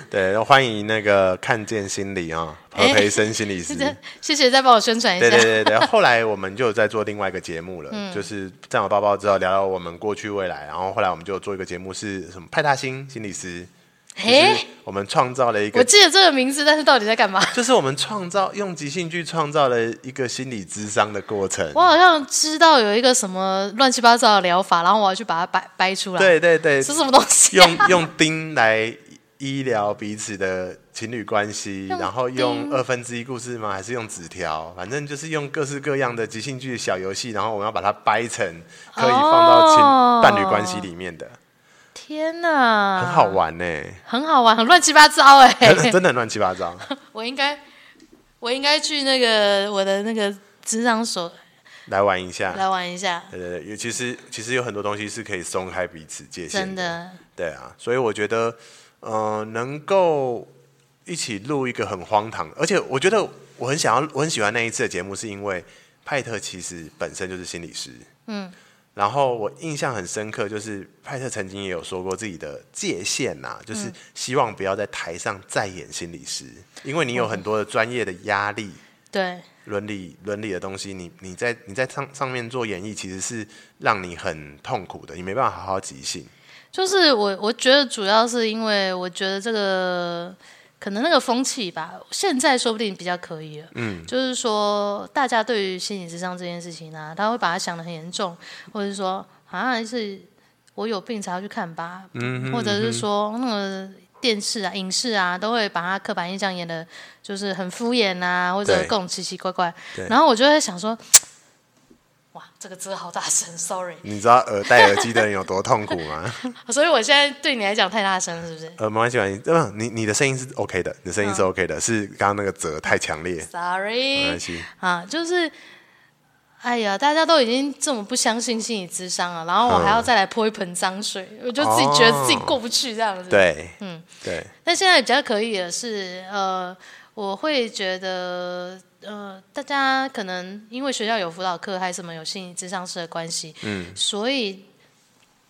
Speaker 1: 对，欢迎那个看见心理啊、何培生心理师。
Speaker 2: 哎这谢谢再帮我宣传一
Speaker 1: 对
Speaker 2: 下。嗯
Speaker 1: 对对对，后来我们就有在做另外一个节目了，就是占有包包之后聊聊我们过去未来，然后后来我们就有做一个节目是什么派大星心理师，就
Speaker 2: 诶
Speaker 1: 是我们创造了一
Speaker 2: 哎我
Speaker 1: 个，
Speaker 2: 记得这个名字，但是到底在干嘛？ <laughs>
Speaker 1: 就是我们创造用即兴剧创造了一个心理智商的过程
Speaker 2: 我。好像知道有一个什么乱七八糟的疗法，然后我要去把它掰掰出来。
Speaker 1: 对对对，
Speaker 2: 是什么东西、啊？
Speaker 1: 用用钉来医疗彼此的情侣关系，
Speaker 2: 用
Speaker 1: 然后用二分之一故事吗？还是用纸条？反正就是用各式各样的即兴剧的小游戏，然后我们要把它掰成可以放到情、
Speaker 2: 哦啊
Speaker 1: 伴侣关系里面的，
Speaker 2: 天哪，
Speaker 1: 很好，玩呢、
Speaker 2: 很好玩，很乱七八糟哎、
Speaker 1: 真的很乱七八
Speaker 2: <laughs>
Speaker 1: 糟。
Speaker 2: 我应该，我应该去那个我的那个职场所
Speaker 1: 来玩一下，
Speaker 2: 来玩一下，
Speaker 1: 对对对，其实其实有很多东西是可以松开彼此界限
Speaker 2: 真的
Speaker 1: 对啊，所以我觉得，呃，能够一起录一个很荒唐，而且我觉得我很想要，我很喜欢那一次的节目，是因为派特其实本身就是心理师，嗯，然后我印象很深刻，就是派特曾经也有说过自己的界限呐、就是希望不要在台上再演心理师，因为你有很多的专业的压力。
Speaker 2: 对，
Speaker 1: 伦理伦理的东西，你你在你在上上面做演绎，其实是让你很痛苦的，你没办法好好即兴。
Speaker 2: 就是我我觉得主要是因为我觉得这个可能那个风气吧，现在说不定比较可以了。嗯，就是说大家对于心理智商这件事情呢、他会把它想得很严重，或者是说啊是我有病才要去看吧，嗯、或者是说那个。电视啊、影视啊，都会把它刻板印象演的，就是很敷衍啊，或者
Speaker 1: 对
Speaker 2: 各种奇奇怪怪
Speaker 1: 对。
Speaker 2: 然后我就会想说，哇，这个字好大声，sorry。
Speaker 1: 你知道耳戴耳机的人有多痛苦吗？ <laughs>
Speaker 2: 所以我现在对你来讲太大声了，是不是
Speaker 1: 呃，没关系，没关系，嗯，你你的声音是 OK 的，你的声音是 OK 的，是刚刚那个折太强烈，没
Speaker 2: ？Sorry
Speaker 1: 关系。
Speaker 2: 啊，就是，哎呀，大家都已经这么不相信心理智商了，然后我还要再来泼一盆脏水，我就自己觉得自己过不去这样子。
Speaker 1: 对，嗯，对，
Speaker 2: 但现在比较可以的是，呃，我会觉得，呃，大家可能因为学校有辅导课，还是什么有心理咨商师的关系，嗯，所以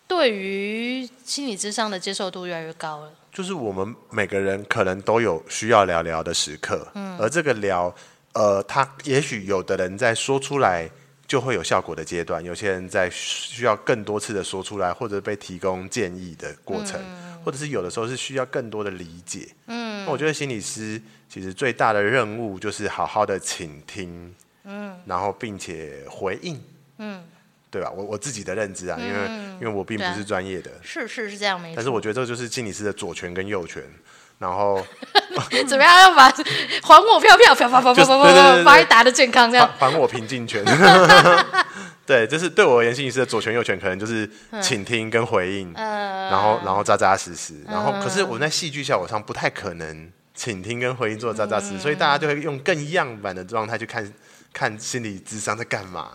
Speaker 2: 对于心理智商的接受度越来越高了。
Speaker 1: 就是我们每个人可能都有需要聊聊的时刻，嗯，而这个聊，呃，他也许有的人在说出来就会有效果的阶段，有些人在需要更多次的说出来，或者被提供建议的过程，或者是有的时候是需要更多的理解，嗯，那我觉得心理师其实最大的任务就是好好的倾听，嗯，然后并且回应，嗯。对吧？我我自己的认知啊，因为、因为我并不
Speaker 2: 对啊
Speaker 1: 是专业的，
Speaker 2: 是是是这样，没错。
Speaker 1: 但是我觉得这就是心理师的左拳跟右拳，然后
Speaker 2: <laughs> 怎么样要把还我票票票票票票
Speaker 1: 就是
Speaker 2: 票
Speaker 1: 对对对对
Speaker 2: 票，把你打的健康这
Speaker 1: 还
Speaker 2: 样。
Speaker 1: <laughs> 还我平静拳。对，就是对我而言，心理师的左拳右拳可能就是倾听跟回应，
Speaker 2: 呃，
Speaker 1: 然后然后扎扎实实，然后可是我们在戏剧效果上不太可能倾听跟回应做得扎扎实实，所以大家就会用更样板的状态去看看心理智商在干嘛。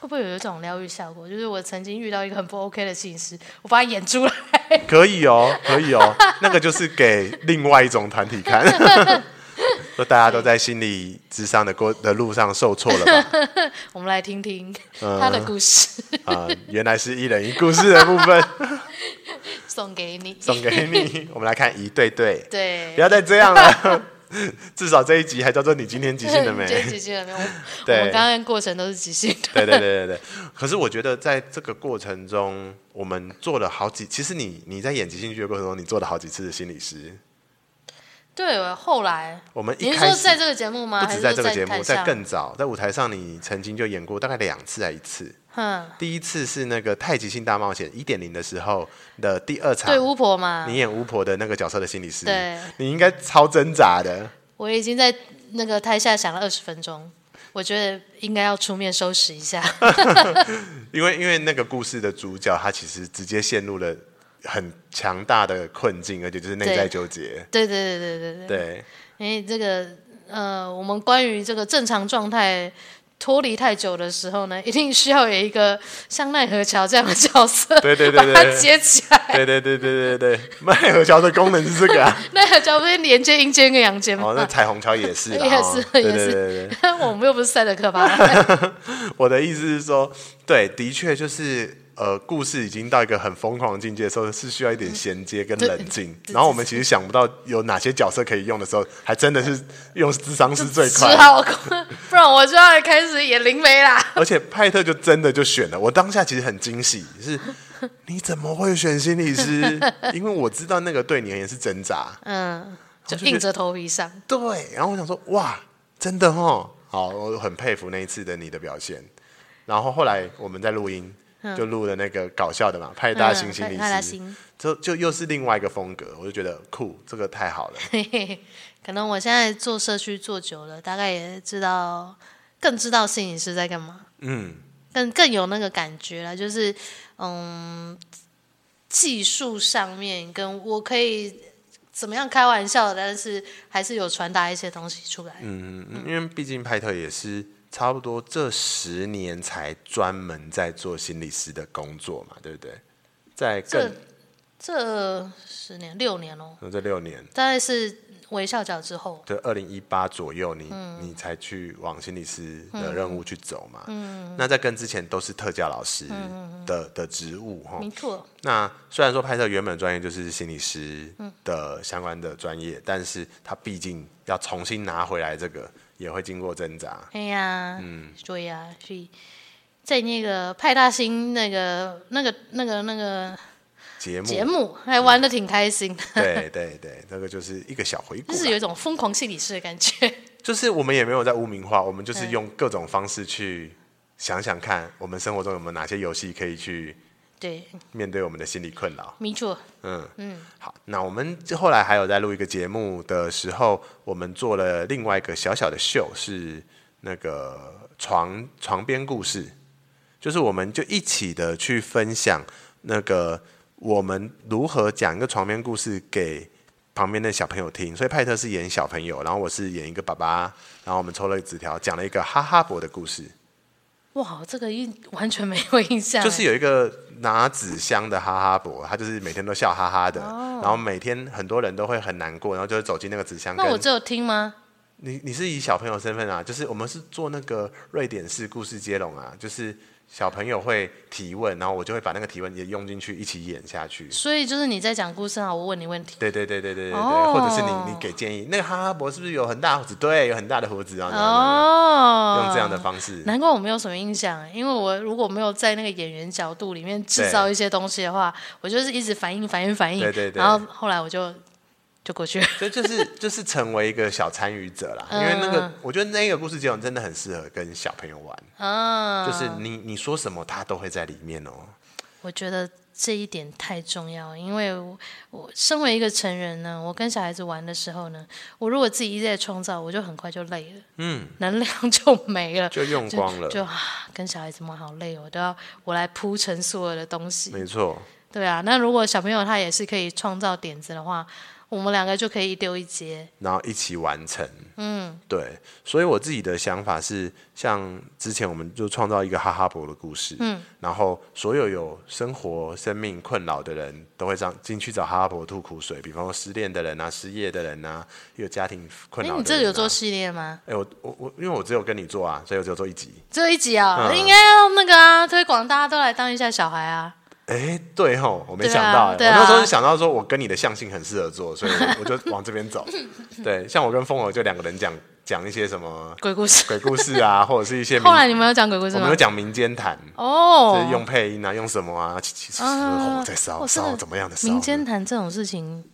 Speaker 2: 会不会有一种疗愈效果？就是我曾经遇到一个很不 OK 的心理师，我把他
Speaker 1: <laughs>
Speaker 2: 演出来，
Speaker 1: 可以哦，可以哦，那个就是给另外一种团体看。 <laughs> 说大家都在心理智商的过的路上受挫了吧？
Speaker 2: 我们来听听
Speaker 1: 嗯
Speaker 2: 他的故事，
Speaker 1: 啊、原来是一人一故事的部分 <laughs>
Speaker 2: 送给你。
Speaker 1: 送给你。我们来看一对对，
Speaker 2: 对
Speaker 1: 不，要再这样了。 <laughs> 至少这一集还叫做你今天即兴了
Speaker 2: <laughs>
Speaker 1: 没？
Speaker 2: 你觉得即兴了没有？我
Speaker 1: <laughs> 对
Speaker 2: 我们刚刚的过程都是即兴的。
Speaker 1: 对对对对对。可是我觉得在这个过程中，我们做了好几，其实你你在演即兴剧的过程中，你做了好几次的心理师。
Speaker 2: 对，我后来
Speaker 1: 我们一
Speaker 2: 你是
Speaker 1: 开
Speaker 2: 说
Speaker 1: 始
Speaker 2: 在这个节目吗？
Speaker 1: 不
Speaker 2: 还
Speaker 1: 止
Speaker 2: 是
Speaker 1: 在
Speaker 2: 说
Speaker 1: 这个节目，
Speaker 2: 台
Speaker 1: 在
Speaker 2: 上
Speaker 1: 更早，在舞台上你曾经就演过大概两次还一次。
Speaker 2: 哼，
Speaker 1: 第一次是那个太极性大冒险一点零的时候的第二场
Speaker 2: 对，巫婆嘛
Speaker 1: 你，演巫婆的那个角色的心理师
Speaker 2: 啊对，
Speaker 1: 你应该超挣扎的。
Speaker 2: 我已经在那个台下想了二十分钟，我觉得应该要出面收拾一下。 <laughs>
Speaker 1: 因为因为那个故事的主角他其实直接陷入了很强大的困境，而且就是内在
Speaker 2: 对
Speaker 1: 纠结。
Speaker 2: 对对对对对对。
Speaker 1: 对，
Speaker 2: 因为哎这个呃，我们关于这个正常状态脱离太久的时候呢， <laughs> 一定需要有一个像奈何桥这样的角色，
Speaker 1: 对
Speaker 2: <laughs>
Speaker 1: 对对对
Speaker 2: 把它
Speaker 1: 对
Speaker 2: 接起来。
Speaker 1: 对对对对对对， <laughs> 麦河桥的功能是这个
Speaker 2: <laughs>
Speaker 1: 啊。
Speaker 2: 奈何桥不是连接阴间跟阳间吗？
Speaker 1: 哦，那彩虹桥也是啦，
Speaker 2: 也
Speaker 1: 哦
Speaker 2: 是
Speaker 1: 对
Speaker 2: 也
Speaker 1: 对
Speaker 2: 是
Speaker 1: 对对。
Speaker 2: 我们又不是赛德克
Speaker 1: <laughs>
Speaker 2: 巴莱，
Speaker 1: 我的意思是说，对，的确就是。呃，故事已经到一个很疯狂的境界的时候，是需要一点衔接跟
Speaker 2: 对
Speaker 1: 冷静。
Speaker 2: 对
Speaker 1: 然后我们其实想不到有哪些角色可以用的时候，还真的是用智商是最
Speaker 2: 只
Speaker 1: 快的。哦
Speaker 2: 好 <laughs> 不然我就要开始演灵媒啦。
Speaker 1: <laughs> 而且派特就真的就选了，我当下其实很惊喜，是你怎么会选心理
Speaker 2: <laughs>
Speaker 1: 师？因为我知道那个对你而言是挣扎，
Speaker 2: 嗯，就
Speaker 1: 我就觉得
Speaker 2: 硬着头皮上。
Speaker 1: 对。然后我想说，哇，真的哦，好，我很佩服那一次的你的表现。然后后来我们在录音，就录了那个搞笑的嘛，派大星心理
Speaker 2: 嗯派大
Speaker 1: 师，
Speaker 2: 星，
Speaker 1: 就就又是另外一个风格，我就觉得酷，这个太好了。
Speaker 2: <laughs> 嘿嘿，可能我现在做社区做久了，大概也知道，更知道摄影师在干嘛。
Speaker 1: 嗯，
Speaker 2: 更更有那个感觉了，就是嗯，技术上面跟我可以怎么样开玩笑，但是还是有传达一些东西出来。
Speaker 1: 嗯，嗯，因为毕竟派特也是差不多这十年才专门在做心理师的工作嘛，对不对？在
Speaker 2: 这
Speaker 1: 更
Speaker 2: 这十年六年哦、
Speaker 1: 呃这六年，
Speaker 2: 大概是微笑角之后，
Speaker 1: 对，二零一八左右你，你、才去往心理师的任务去走嘛。那在跟之前都是特教老师的、的职务哈。
Speaker 2: 没错，
Speaker 1: 那虽然说拍摄原本专业就是心理师的相关的专业，但是他毕竟要重新拿回来这个，也会经过挣扎。
Speaker 2: 哎呀，嗯，对呀、所以在那个派大星那个那个那个那个
Speaker 1: 节目，
Speaker 2: 节目还玩的挺
Speaker 1: <laughs>
Speaker 2: 开心的， <laughs>
Speaker 1: 对对对，这个就是一个小回顾
Speaker 2: 就
Speaker 1: 啦。
Speaker 2: 是有一种疯狂心理师的感觉。
Speaker 1: 就是我们也没有在污名化，我们就是用各种方式去想想看，我们生活中有没有哪些游戏可以去
Speaker 2: 对，
Speaker 1: 面 <laughs> 对我们的心理困扰。
Speaker 2: 没错，
Speaker 1: 嗯嗯，好，那我们后来还有在录一个节目的时候，我们做了另外一个小小的秀，是那个床床边故事，就是我们就一起的去分享那个我们如何讲一个床边故事给旁边的小朋友听。所以派特是演小朋友，然后我是演一个爸爸，然后我们抽了纸条，讲了一个哈哈伯的故事，
Speaker 2: 哇，这个印完全没有印象，
Speaker 1: 就是有一个拿纸箱的哈哈伯，他就是每天都笑哈哈的，
Speaker 2: 哦
Speaker 1: 然后每天很多人都会很难过，然后就会走进那个纸箱。
Speaker 2: 那我
Speaker 1: 跟
Speaker 2: 只有听吗？
Speaker 1: 你你是以小朋友身份啊，就是我们是做那个瑞典式故事接龙啊，就是小朋友会提问，然后我就会把那个提问也用进去一起演下去。
Speaker 2: 所以就是你在讲故事啊，我问你问题，
Speaker 1: 对对对对对对对，
Speaker 2: 哦
Speaker 1: 或者是你你给建议，那个哈哈伯是不是有很大胡子？对，有很大的胡子啊，然后
Speaker 2: 哦，
Speaker 1: 用这样的方式。
Speaker 2: 难怪我没有什么印象，因为我如果没有在那个演员角度里面制造一些东西的话，我就是一直反应、反应、反应，
Speaker 1: 对对对
Speaker 2: 然后后来我就就过
Speaker 1: <laughs>
Speaker 2: 去了。
Speaker 1: 所以就是就是成为一个小参与者啦，因为那
Speaker 2: 嗯
Speaker 1: 个我觉得那个故事接龙真的很适合跟小朋友玩。
Speaker 2: 啊，
Speaker 1: 就是你你说什么，他都会在里面哦。
Speaker 2: 我觉得这一点太重要了，因为我我身为一个成人呢，我跟小孩子玩的时候呢，我如果自己一直在创造，我就很快就累了，嗯， <laughs> 能量就没了，
Speaker 1: 就用光了
Speaker 2: 就就啊，跟小孩子玩好累哦，都要我来铺陈所有的东西，
Speaker 1: 没错，
Speaker 2: 对啊，那如果小朋友他也是可以创造点子的话，我们两个就可以一丢一接。
Speaker 1: 然后一起完成。嗯，对。所以我自己的想法是，像之前我们就创造一个哈哈伯的故事，嗯，然后所有有生活生命困扰的人都会上进去找哈哈伯吐苦水，比方说失恋的人啊、失业的人啊，有家庭困
Speaker 2: 哎，
Speaker 1: 扰的人、啊。
Speaker 2: 你这个有做？系列吗？
Speaker 1: 哎、我我我，因为我只有跟你做啊，所以我只有做一集。
Speaker 2: 只有一集啊、
Speaker 1: 嗯
Speaker 2: 应该要那个啊，推广大家都来当一下小孩啊。
Speaker 1: 哎、对吼，我没
Speaker 2: 对啊
Speaker 1: 想到、欸，
Speaker 2: 对啊
Speaker 1: 我那时候是想到说，我跟你的相性很适合做，所以我我就往这边
Speaker 2: <laughs>
Speaker 1: 走。对，像我跟风儿就两个人讲讲一些什么
Speaker 2: 鬼故
Speaker 1: <laughs>
Speaker 2: 事。
Speaker 1: 鬼故事
Speaker 2: <laughs>
Speaker 1: 啊，或者是一些民，
Speaker 2: 后来你们有讲鬼故事
Speaker 1: 我
Speaker 2: 吗
Speaker 1: 们有？讲民间谈，
Speaker 2: 哦，
Speaker 1: 就是用配音啊，用什么啊，其其实
Speaker 2: 啊
Speaker 1: 火在烧
Speaker 2: 哦是
Speaker 1: 烧
Speaker 2: 的
Speaker 1: 怎么样的烧
Speaker 2: 民间谈这种事情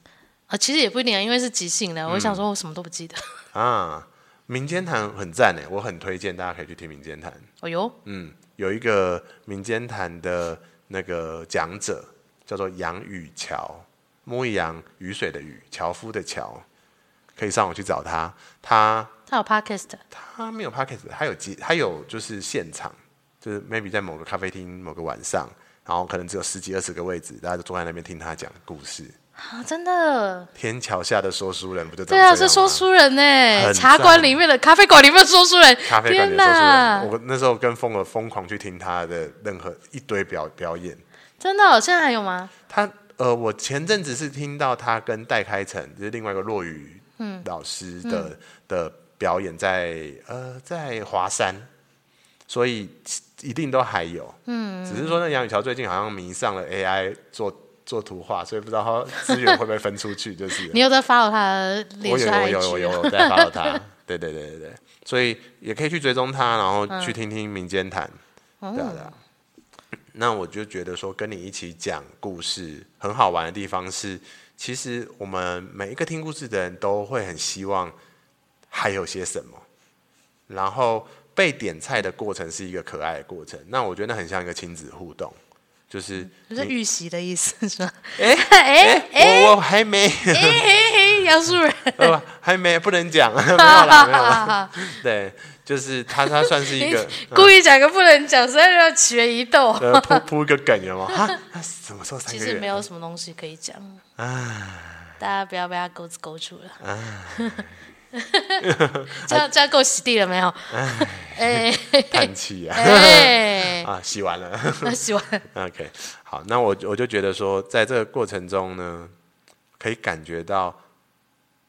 Speaker 2: 啊，其实也不一定啊，因为是即兴
Speaker 1: 嗯
Speaker 2: 的。我想说，我什么都
Speaker 1: <laughs>
Speaker 2: 不记得。
Speaker 1: 啊，民间谈很赞诶，我很推荐大家可以去听民间谈。
Speaker 2: 哦哟，
Speaker 1: 嗯，有一个民间谈的那个讲者叫做杨雨桥，沐一阳雨水的雨，樵夫的樵，可以上网去找他。他
Speaker 2: 他有 podcast，
Speaker 1: 他没有 p o c k e t 他有节，他有就是现场，就是 maybe 在某个咖啡厅某个晚上，然后可能只有十几二十个位置，大家就坐在那边听他讲故事。
Speaker 2: 啊，真的。
Speaker 1: 天桥下的说书人不就长
Speaker 2: 对啊，
Speaker 1: 嗯这样
Speaker 2: 是说
Speaker 1: 吗
Speaker 2: 书人呢、
Speaker 1: 很
Speaker 2: 茶馆
Speaker 1: 赞
Speaker 2: 里面的咖啡馆里面的说书人，
Speaker 1: 咖啡馆
Speaker 2: 天
Speaker 1: 里的说书
Speaker 2: 哪
Speaker 1: 人，，我那时候跟风儿疯狂去听他的任何一堆表表演。
Speaker 2: 真的哦、现在还有吗？
Speaker 1: 他呃，我前阵子是听到他跟戴开成，就是另外一个落语老师的、的表演在呃在华山，所以一定都还有。嗯，只是说那杨雨桥最近好像迷上了 AI 做做图画，所以不知道他资源会不会分出去，就是了
Speaker 2: 你有在 follow 他的啊
Speaker 1: 我
Speaker 2: 脸书
Speaker 1: 有
Speaker 2: IG？
Speaker 1: 我有我有
Speaker 2: <laughs>
Speaker 1: 我有在 follow 他，对对对对对，所以也可以去追踪他，然后去听听民间谈，对啊对啊。那我就觉得说，跟你一起讲故事很好玩的地方是，其实我们每一个听故事的人都会很希望还有些什么，然后被点菜的过程是一个可爱的过程。那我觉得那很像一个亲子互动，就是
Speaker 2: 就是预习的意思是吧？
Speaker 1: 哎
Speaker 2: <laughs> 哎
Speaker 1: 哎，我我还没， <laughs>
Speaker 2: 嘿嘿嘿，杨树人，
Speaker 1: 呃还没不能讲， <laughs> 没有啦没有啦。
Speaker 2: <laughs>
Speaker 1: <laughs> 对，就是他，他算是一
Speaker 2: 你
Speaker 1: 个嗯
Speaker 2: 故意讲个不能讲，所以要起人一斗。
Speaker 1: 呃铺铺一个梗，有吗？哈，那什么时候三
Speaker 2: 其
Speaker 1: 个
Speaker 2: 实没
Speaker 1: 月？
Speaker 2: 有什么东西可以讲，大家不要被他钩子勾住了。 <laughs> 这样这样够洗地了没有？
Speaker 1: <laughs>
Speaker 2: 哎
Speaker 1: 叹气啊！
Speaker 2: 哎，
Speaker 1: 啊，洗完了。
Speaker 2: 那喜欢
Speaker 1: OK，好，那我我就觉得说，在这个过程中呢，可以感觉到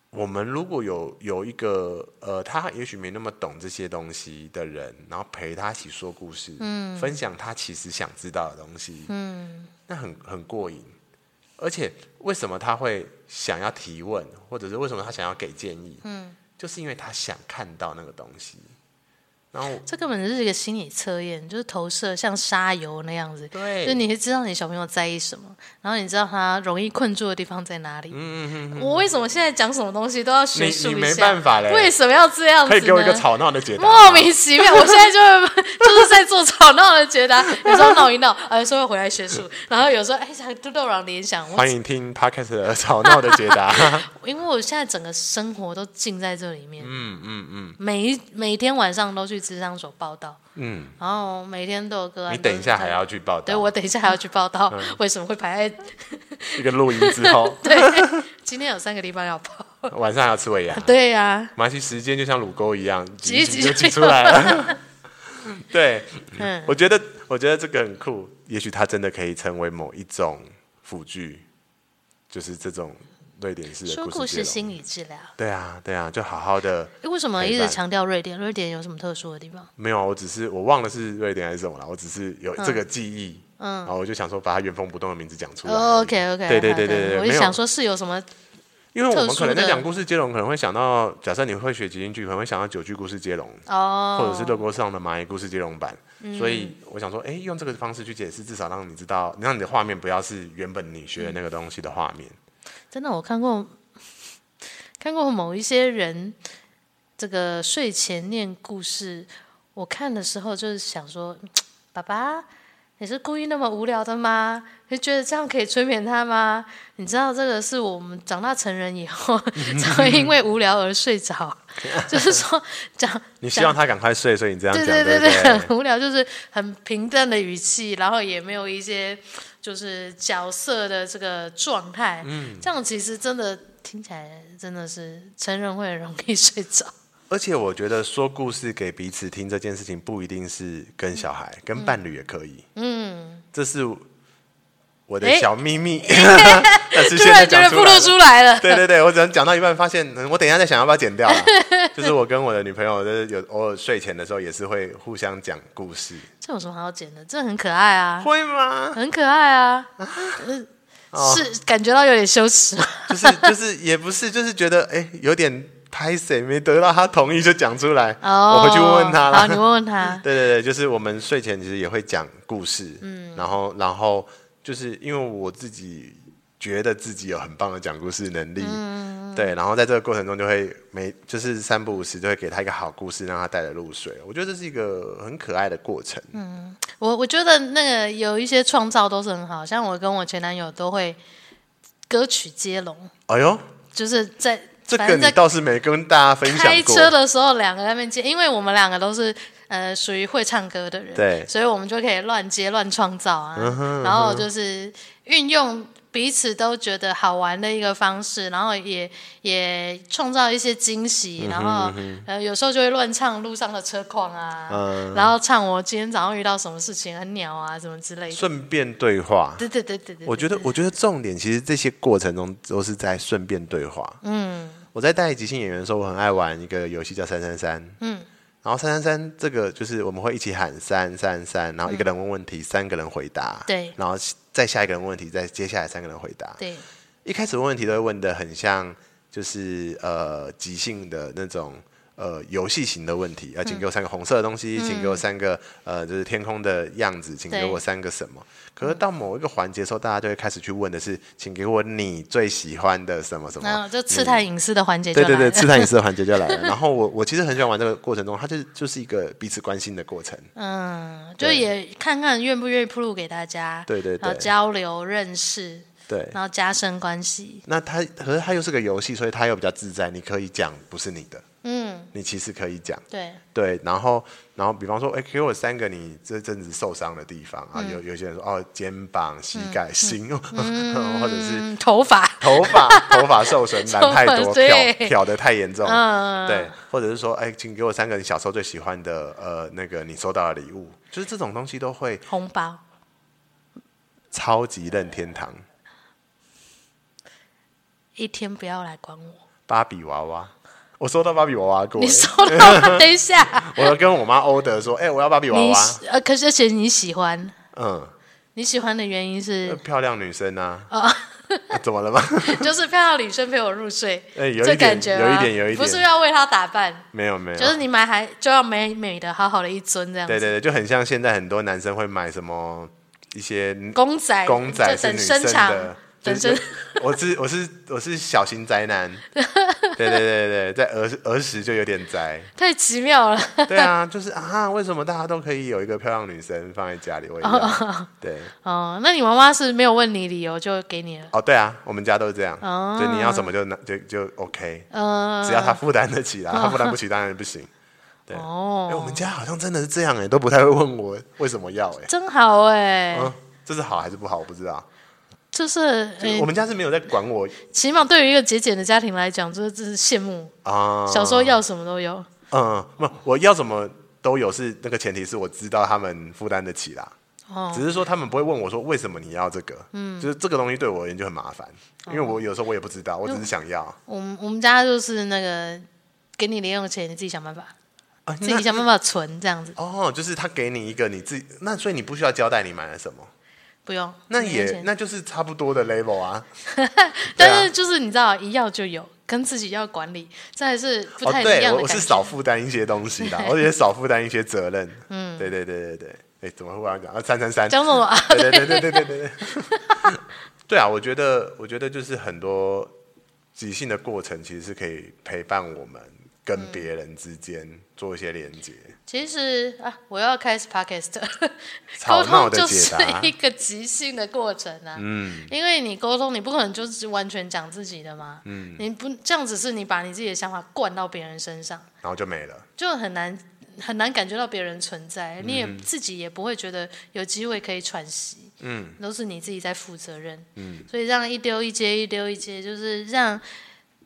Speaker 1: 我们如果有有一个呃，他也许没那么懂这些东西的人，然后陪他一起说故事，嗯，分享他其实想知道的东西，嗯，那很很过瘾。而且为什么他会想要提问，或者是为什么他想要给建议，嗯，就是因为他想看到那个东西。然后
Speaker 2: 这根本就是一个心理测验，就是投射像沙油那样子，
Speaker 1: 对
Speaker 2: 就你会知道你小朋友在意什么，然后你知道他容易困住的地方在哪里。嗯嗯嗯。我为什么现在讲什么东西都要学术
Speaker 1: 你
Speaker 2: 一下？
Speaker 1: 你没办法嘞
Speaker 2: 为什么要这样子
Speaker 1: 可
Speaker 2: 呢？
Speaker 1: 以给我一个吵闹的解答吗，
Speaker 2: 莫名其妙，我现在就 <laughs> 会就是在做吵闹的解答，有时候闹
Speaker 1: <laughs>
Speaker 2: 一闹，呃，有时候会回来学术，然后有时候哎想都都让联想，我
Speaker 1: <laughs> 欢迎听 podcast 的 <laughs> 吵闹的解答。
Speaker 2: <laughs> 因为我现在整个生活都浸在这里面，嗯嗯嗯，每一每天晚上都去智商所报道，嗯，然后每天都有个案，
Speaker 1: 你等一下还要
Speaker 2: 都
Speaker 1: 去报
Speaker 2: 是对
Speaker 1: 道，嗯
Speaker 2: 我等一下还要去报道，为什么会排在 <laughs>，
Speaker 1: 一个录音之后 <laughs>
Speaker 2: 对？今天有三个地方要报，
Speaker 1: 晚上还要吃尾牙。
Speaker 2: 对啊呀、
Speaker 1: 马来西亚时间就像乳沟一样，挤一
Speaker 2: 挤
Speaker 1: 挤
Speaker 2: 一
Speaker 1: 就
Speaker 2: 挤
Speaker 1: 挤出来
Speaker 2: <laughs>
Speaker 1: 了。对，
Speaker 2: 嗯，
Speaker 1: 我觉得，我觉得这个很酷，也许它真的可以成为某一种辅具，就是这种瑞典式的
Speaker 2: 说
Speaker 1: 故事
Speaker 2: 故事
Speaker 1: 接龙。
Speaker 2: 心理治疗，
Speaker 1: 对啊，对啊，就好好的。
Speaker 2: 诶为什么一
Speaker 1: 陪
Speaker 2: 直
Speaker 1: 伴
Speaker 2: 强调瑞典？瑞典有什么特殊的地方？
Speaker 1: 没有，啊我只是我忘了是瑞典还是什么了，我只是有这个记忆，嗯，然后我就想说把它原封不动的名字讲出来而已。
Speaker 2: OK 哦 OK，
Speaker 1: 对对对对对，
Speaker 2: 我
Speaker 1: 没
Speaker 2: 就
Speaker 1: 有
Speaker 2: 想说是有什么
Speaker 1: 因为我们可能
Speaker 2: 特殊
Speaker 1: 在
Speaker 2: 的
Speaker 1: 讲故事接龙，可能会想到，假设你会学即兴剧，可能会想到九句故事接龙，
Speaker 2: 哦，嗯
Speaker 1: 或者是热锅上的蚂蚁故事接龙版。所以我想说，哎、用这个方式去解释，至少让你知道，让你的画面不要是原本你学的那个东西的画面。
Speaker 2: 真的，我看过 <laughs> 看过某一些人这个睡前念故事，我看的时候就是想说，爸爸。你是故意那么无聊的吗？你觉得这样可以催眠他吗？你知道这个是我们长大成人以后 <laughs> 才会因为无聊而睡着， <laughs> 就是说讲
Speaker 1: 你希望他赶快睡，所以你这样
Speaker 2: 对
Speaker 1: 讲，
Speaker 2: 对
Speaker 1: 对
Speaker 2: 对，
Speaker 1: 不
Speaker 2: 很无聊，就是很平淡的语气，然后也没有一些就是角色的这个状态。嗯，这样其实真的听起来真的是成人会很容易睡
Speaker 1: <laughs>
Speaker 2: 着。
Speaker 1: 而且我觉得说故事给彼此听这件事情，不一定是跟小孩，跟伴侣也可以。嗯，这是我的
Speaker 2: 诶
Speaker 1: 小秘
Speaker 2: <laughs>
Speaker 1: 密，但是
Speaker 2: 突
Speaker 1: 现在
Speaker 2: 然觉
Speaker 1: 讲
Speaker 2: 得
Speaker 1: 出
Speaker 2: 暴
Speaker 1: 来
Speaker 2: 露
Speaker 1: 了。
Speaker 2: 出来
Speaker 1: <laughs>
Speaker 2: 了，
Speaker 1: 对对对，我只能讲到一半，发现嗯我等一下再想要不要剪掉
Speaker 2: <laughs>
Speaker 1: 啦就是我跟我的女朋友，就是有偶尔睡前的时候，也是会互相讲故事，
Speaker 2: 这有什么好剪的？这很可爱啊，
Speaker 1: 会吗？
Speaker 2: 很可爱
Speaker 1: <laughs>
Speaker 2: 啊。
Speaker 1: 哦
Speaker 2: 呃是感觉到有点羞耻吗，
Speaker 1: 就是就是也不是，就是觉得哎、有点拍谁没得到她同意就讲出来，<laughs>
Speaker 2: 哦，
Speaker 1: 我回去问问她
Speaker 2: 好，你
Speaker 1: 啦。。
Speaker 2: 问问他
Speaker 1: 对对对，就是我们睡前其实也会讲故事，嗯，然后然后就是因为我自己觉得自己有很棒的讲故事能力，嗯，对，然后在这个过程中就会每就是三不五时就会给她一个好故事，让她带着入睡。我觉得这是一个很可爱的过程，
Speaker 2: 嗯我我觉得那个有一些创造都是很好，像我跟我前男友都会歌曲接龙，
Speaker 1: 哎呦，
Speaker 2: 就是在
Speaker 1: 这
Speaker 2: 反
Speaker 1: 个
Speaker 2: 正
Speaker 1: 你
Speaker 2: 在
Speaker 1: 倒是没跟大家分享
Speaker 2: 开
Speaker 1: 过，
Speaker 2: 车的时候，两个在那边接，因为我们两个都是呃属于会唱歌的人，
Speaker 1: 对嗯
Speaker 2: 所以我们就可以乱接乱创造啊，然后就是运用。彼此都觉得好玩的一个方式，然后也也创造一些惊
Speaker 1: 嗯
Speaker 2: 喜，然后呃有时候就会乱唱路上的车况啊，
Speaker 1: 嗯
Speaker 2: 然后唱我今天早上遇到什么事情很鸟啊什么之类的，
Speaker 1: 顺便对话，
Speaker 2: 对对对对对，
Speaker 1: 我觉得，我觉得重点其实这些过程中都是在顺便对话。嗯，我在带即兴演员的时候，我很爱玩一个游戏叫三三三。嗯，然后三三三这个就是我们会一起喊三三三，然后一个人问问题，三个人回答。
Speaker 2: 对
Speaker 1: 然后再下一个人问问题，再接下来三个人回答。
Speaker 2: 对
Speaker 1: 一开始问问题都会问的很像，就是呃即兴的那种呃游戏型的问
Speaker 2: 嗯
Speaker 1: 题，啊，请给我三个红色的东西，请给我三个呃就是天空的样子，请给
Speaker 2: 对
Speaker 1: 我三个什么。可是到某一个环节的时候，大家就会开始去问的是，请给我你最喜欢的什么什
Speaker 2: 然
Speaker 1: 么
Speaker 2: 后。嗯就刺探隐私的环节就
Speaker 1: 对嗯对
Speaker 2: 来
Speaker 1: 对，
Speaker 2: 了
Speaker 1: 刺探隐私的环节就来
Speaker 2: <laughs>
Speaker 1: 了。然后我我其实很喜欢玩这个过程中，它就就是一个彼此关心的过程。
Speaker 2: 嗯，就
Speaker 1: 对
Speaker 2: 也看看愿不愿意铺路给大家，
Speaker 1: 对对对
Speaker 2: 然后交流认识，
Speaker 1: 对，
Speaker 2: 然后加深关系，
Speaker 1: 那它可是它又是个游戏，所以它又比较自在。你可以讲不是你的，嗯，你其实可以讲。
Speaker 2: 对，
Speaker 1: 对，然后然后比方说，哎，给我三个你这阵子受伤的地方啊，
Speaker 2: 嗯
Speaker 1: 有有些人说哦，肩膀、膝盖、心，或者是
Speaker 2: 嗯，头发，
Speaker 1: 头发头发受损染太
Speaker 2: 头
Speaker 1: 多，
Speaker 2: 发 <laughs> 对
Speaker 1: 漂漂的太严重，
Speaker 2: 嗯
Speaker 1: 对，或者是说，哎，请给我三个你小时候最喜欢的呃那个你收到的礼物，就是这种东西都会
Speaker 2: 红包，
Speaker 1: 超级任天堂。
Speaker 2: 一天不要来管我，
Speaker 1: 芭比娃娃，我收到芭比娃娃过
Speaker 2: 你
Speaker 1: 欸，
Speaker 2: 收到吗？等
Speaker 1: <laughs>
Speaker 2: 一下，
Speaker 1: 我跟我妈欧德说，哎、我要芭比娃
Speaker 2: 你
Speaker 1: 娃，
Speaker 2: 喜呃，可是而且你喜欢，
Speaker 1: 嗯，
Speaker 2: 你喜欢的原
Speaker 1: <laughs>
Speaker 2: 因是
Speaker 1: 漂亮女生 <laughs> 啊，
Speaker 2: 哦
Speaker 1: 啊怎么了吗？ <laughs>
Speaker 2: 就是漂亮女生陪我入睡，
Speaker 1: 哎、有
Speaker 2: 这
Speaker 1: 一
Speaker 2: 感
Speaker 1: 点，
Speaker 2: 觉
Speaker 1: 有一
Speaker 2: 吗
Speaker 1: 点，有一点，
Speaker 2: 不是要为她打扮，
Speaker 1: 没有没有，
Speaker 2: 就是你买还就要美美的，好好的一尊这样
Speaker 1: 对
Speaker 2: 子，
Speaker 1: 对对，就很像现在很多男生会买什么一些
Speaker 2: 公仔
Speaker 1: 公仔
Speaker 2: 就是等
Speaker 1: 女
Speaker 2: 身
Speaker 1: 生
Speaker 2: 长
Speaker 1: 的，
Speaker 2: 等
Speaker 1: 就是
Speaker 2: 身
Speaker 1: 我是我是我是小型宅
Speaker 2: <laughs>
Speaker 1: 男，对对对对，在儿儿时就有点宅，
Speaker 2: 太奇妙了，
Speaker 1: 对啊，就是啊，为什么大家都可以有一个漂亮女生放在家里？我也不知道对，
Speaker 2: 哦，那你妈妈是没有问你理由就给你了，
Speaker 1: 哦对啊，我们家都是这样，
Speaker 2: 哦
Speaker 1: 就你要什么就拿就就 OK，
Speaker 2: 嗯，
Speaker 1: 只要他负担得起
Speaker 2: <laughs>
Speaker 1: 啦，他负担不起当然不行。对，哎、我
Speaker 2: 哦，
Speaker 1: 们家好像真的是这样哎、都不太会问我为什么要哎、
Speaker 2: 真好哎，
Speaker 1: 嗯，这是好还是不好，我不知道。
Speaker 2: 就是
Speaker 1: 就是
Speaker 2: 哎
Speaker 1: 我们家是没有在管我
Speaker 2: 起码对于一个节俭的家庭来讲，就是真是羡慕，
Speaker 1: 啊。
Speaker 2: 小时候要什么都有。
Speaker 1: 嗯，不，我要什么都有是，那个前提是我知道他们负担得起啦。
Speaker 2: 哦
Speaker 1: 只是说他们不会问我说为什么你要这个，嗯，就是这个东西对我而言就很麻烦，因为我有时候我也不知道，我只是想要
Speaker 2: 哦我们我们家就是那个给你零用钱，你自己想办法，
Speaker 1: 啊，
Speaker 2: 自己
Speaker 1: 那
Speaker 2: 想办法存这样子，
Speaker 1: 哦，就是他给你一个你自己，那所以你不需要交代你买了什么，
Speaker 2: 不用。
Speaker 1: 那
Speaker 2: 零用
Speaker 1: 也
Speaker 2: 钱
Speaker 1: 那就是差不多的 level 啊，
Speaker 2: 但是就是你知道，一要就有，跟自己要管理，这还是不
Speaker 1: 哦，
Speaker 2: 太一
Speaker 1: 对
Speaker 2: 样
Speaker 1: 我
Speaker 2: 的
Speaker 1: 我
Speaker 2: 感
Speaker 1: 是
Speaker 2: 觉。
Speaker 1: 少负担一些东西
Speaker 2: <laughs>
Speaker 1: 啦，我也少负担一些责任，嗯，对对对对对，哎，怎么忽然讲啊三三三，
Speaker 2: 讲什么啊？
Speaker 1: 对对对对对对对。对啊，我觉得，我觉得就是很多即兴的过程，其实是可以陪伴我们跟别人之间做一些连接。
Speaker 2: 其实啊，我要开始 podcast，
Speaker 1: 吵
Speaker 2: 沟
Speaker 1: 闹
Speaker 2: 通
Speaker 1: 的
Speaker 2: 就
Speaker 1: 解
Speaker 2: 是
Speaker 1: 答
Speaker 2: 一个即兴的过程啊。嗯，因为你沟通，你不可能就是完全讲自己的嘛。嗯，你不这样子是你把你自己的想法灌到别人身上，
Speaker 1: 然后就没了。
Speaker 2: 就很难很难感觉到别人存
Speaker 1: 嗯
Speaker 2: 在，你也、自己也不会觉得有机会可以喘息，嗯，都是你自己在负责任，嗯，所以这样一丢一接，一丢一接，就是让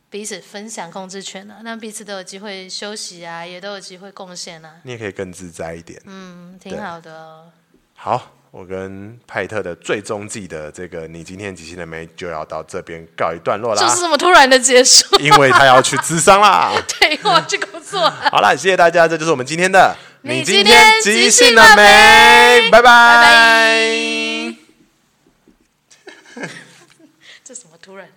Speaker 2: 彼此分享控制权啊，让彼此都有机会休息啊，也都有机会贡献啊，
Speaker 1: 你也可以更自在一点。
Speaker 2: 嗯，挺好的哦、
Speaker 1: 好，我跟派特的最终季的这个你今天即兴了没就要到这边告一段落啦，
Speaker 2: 就是这么突然的结束，
Speaker 1: 因为他要去咨商
Speaker 2: <laughs>
Speaker 1: 啦。
Speaker 2: 对，我要去工作了。
Speaker 1: 好啦，谢谢大家，这就是我们今天的
Speaker 2: 你
Speaker 1: 今
Speaker 2: 今天
Speaker 1: 即
Speaker 2: 即
Speaker 1: 兴
Speaker 2: 兴
Speaker 1: 了
Speaker 2: 了
Speaker 1: 没？
Speaker 2: 没
Speaker 1: 拜
Speaker 2: 拜拜这什么突然？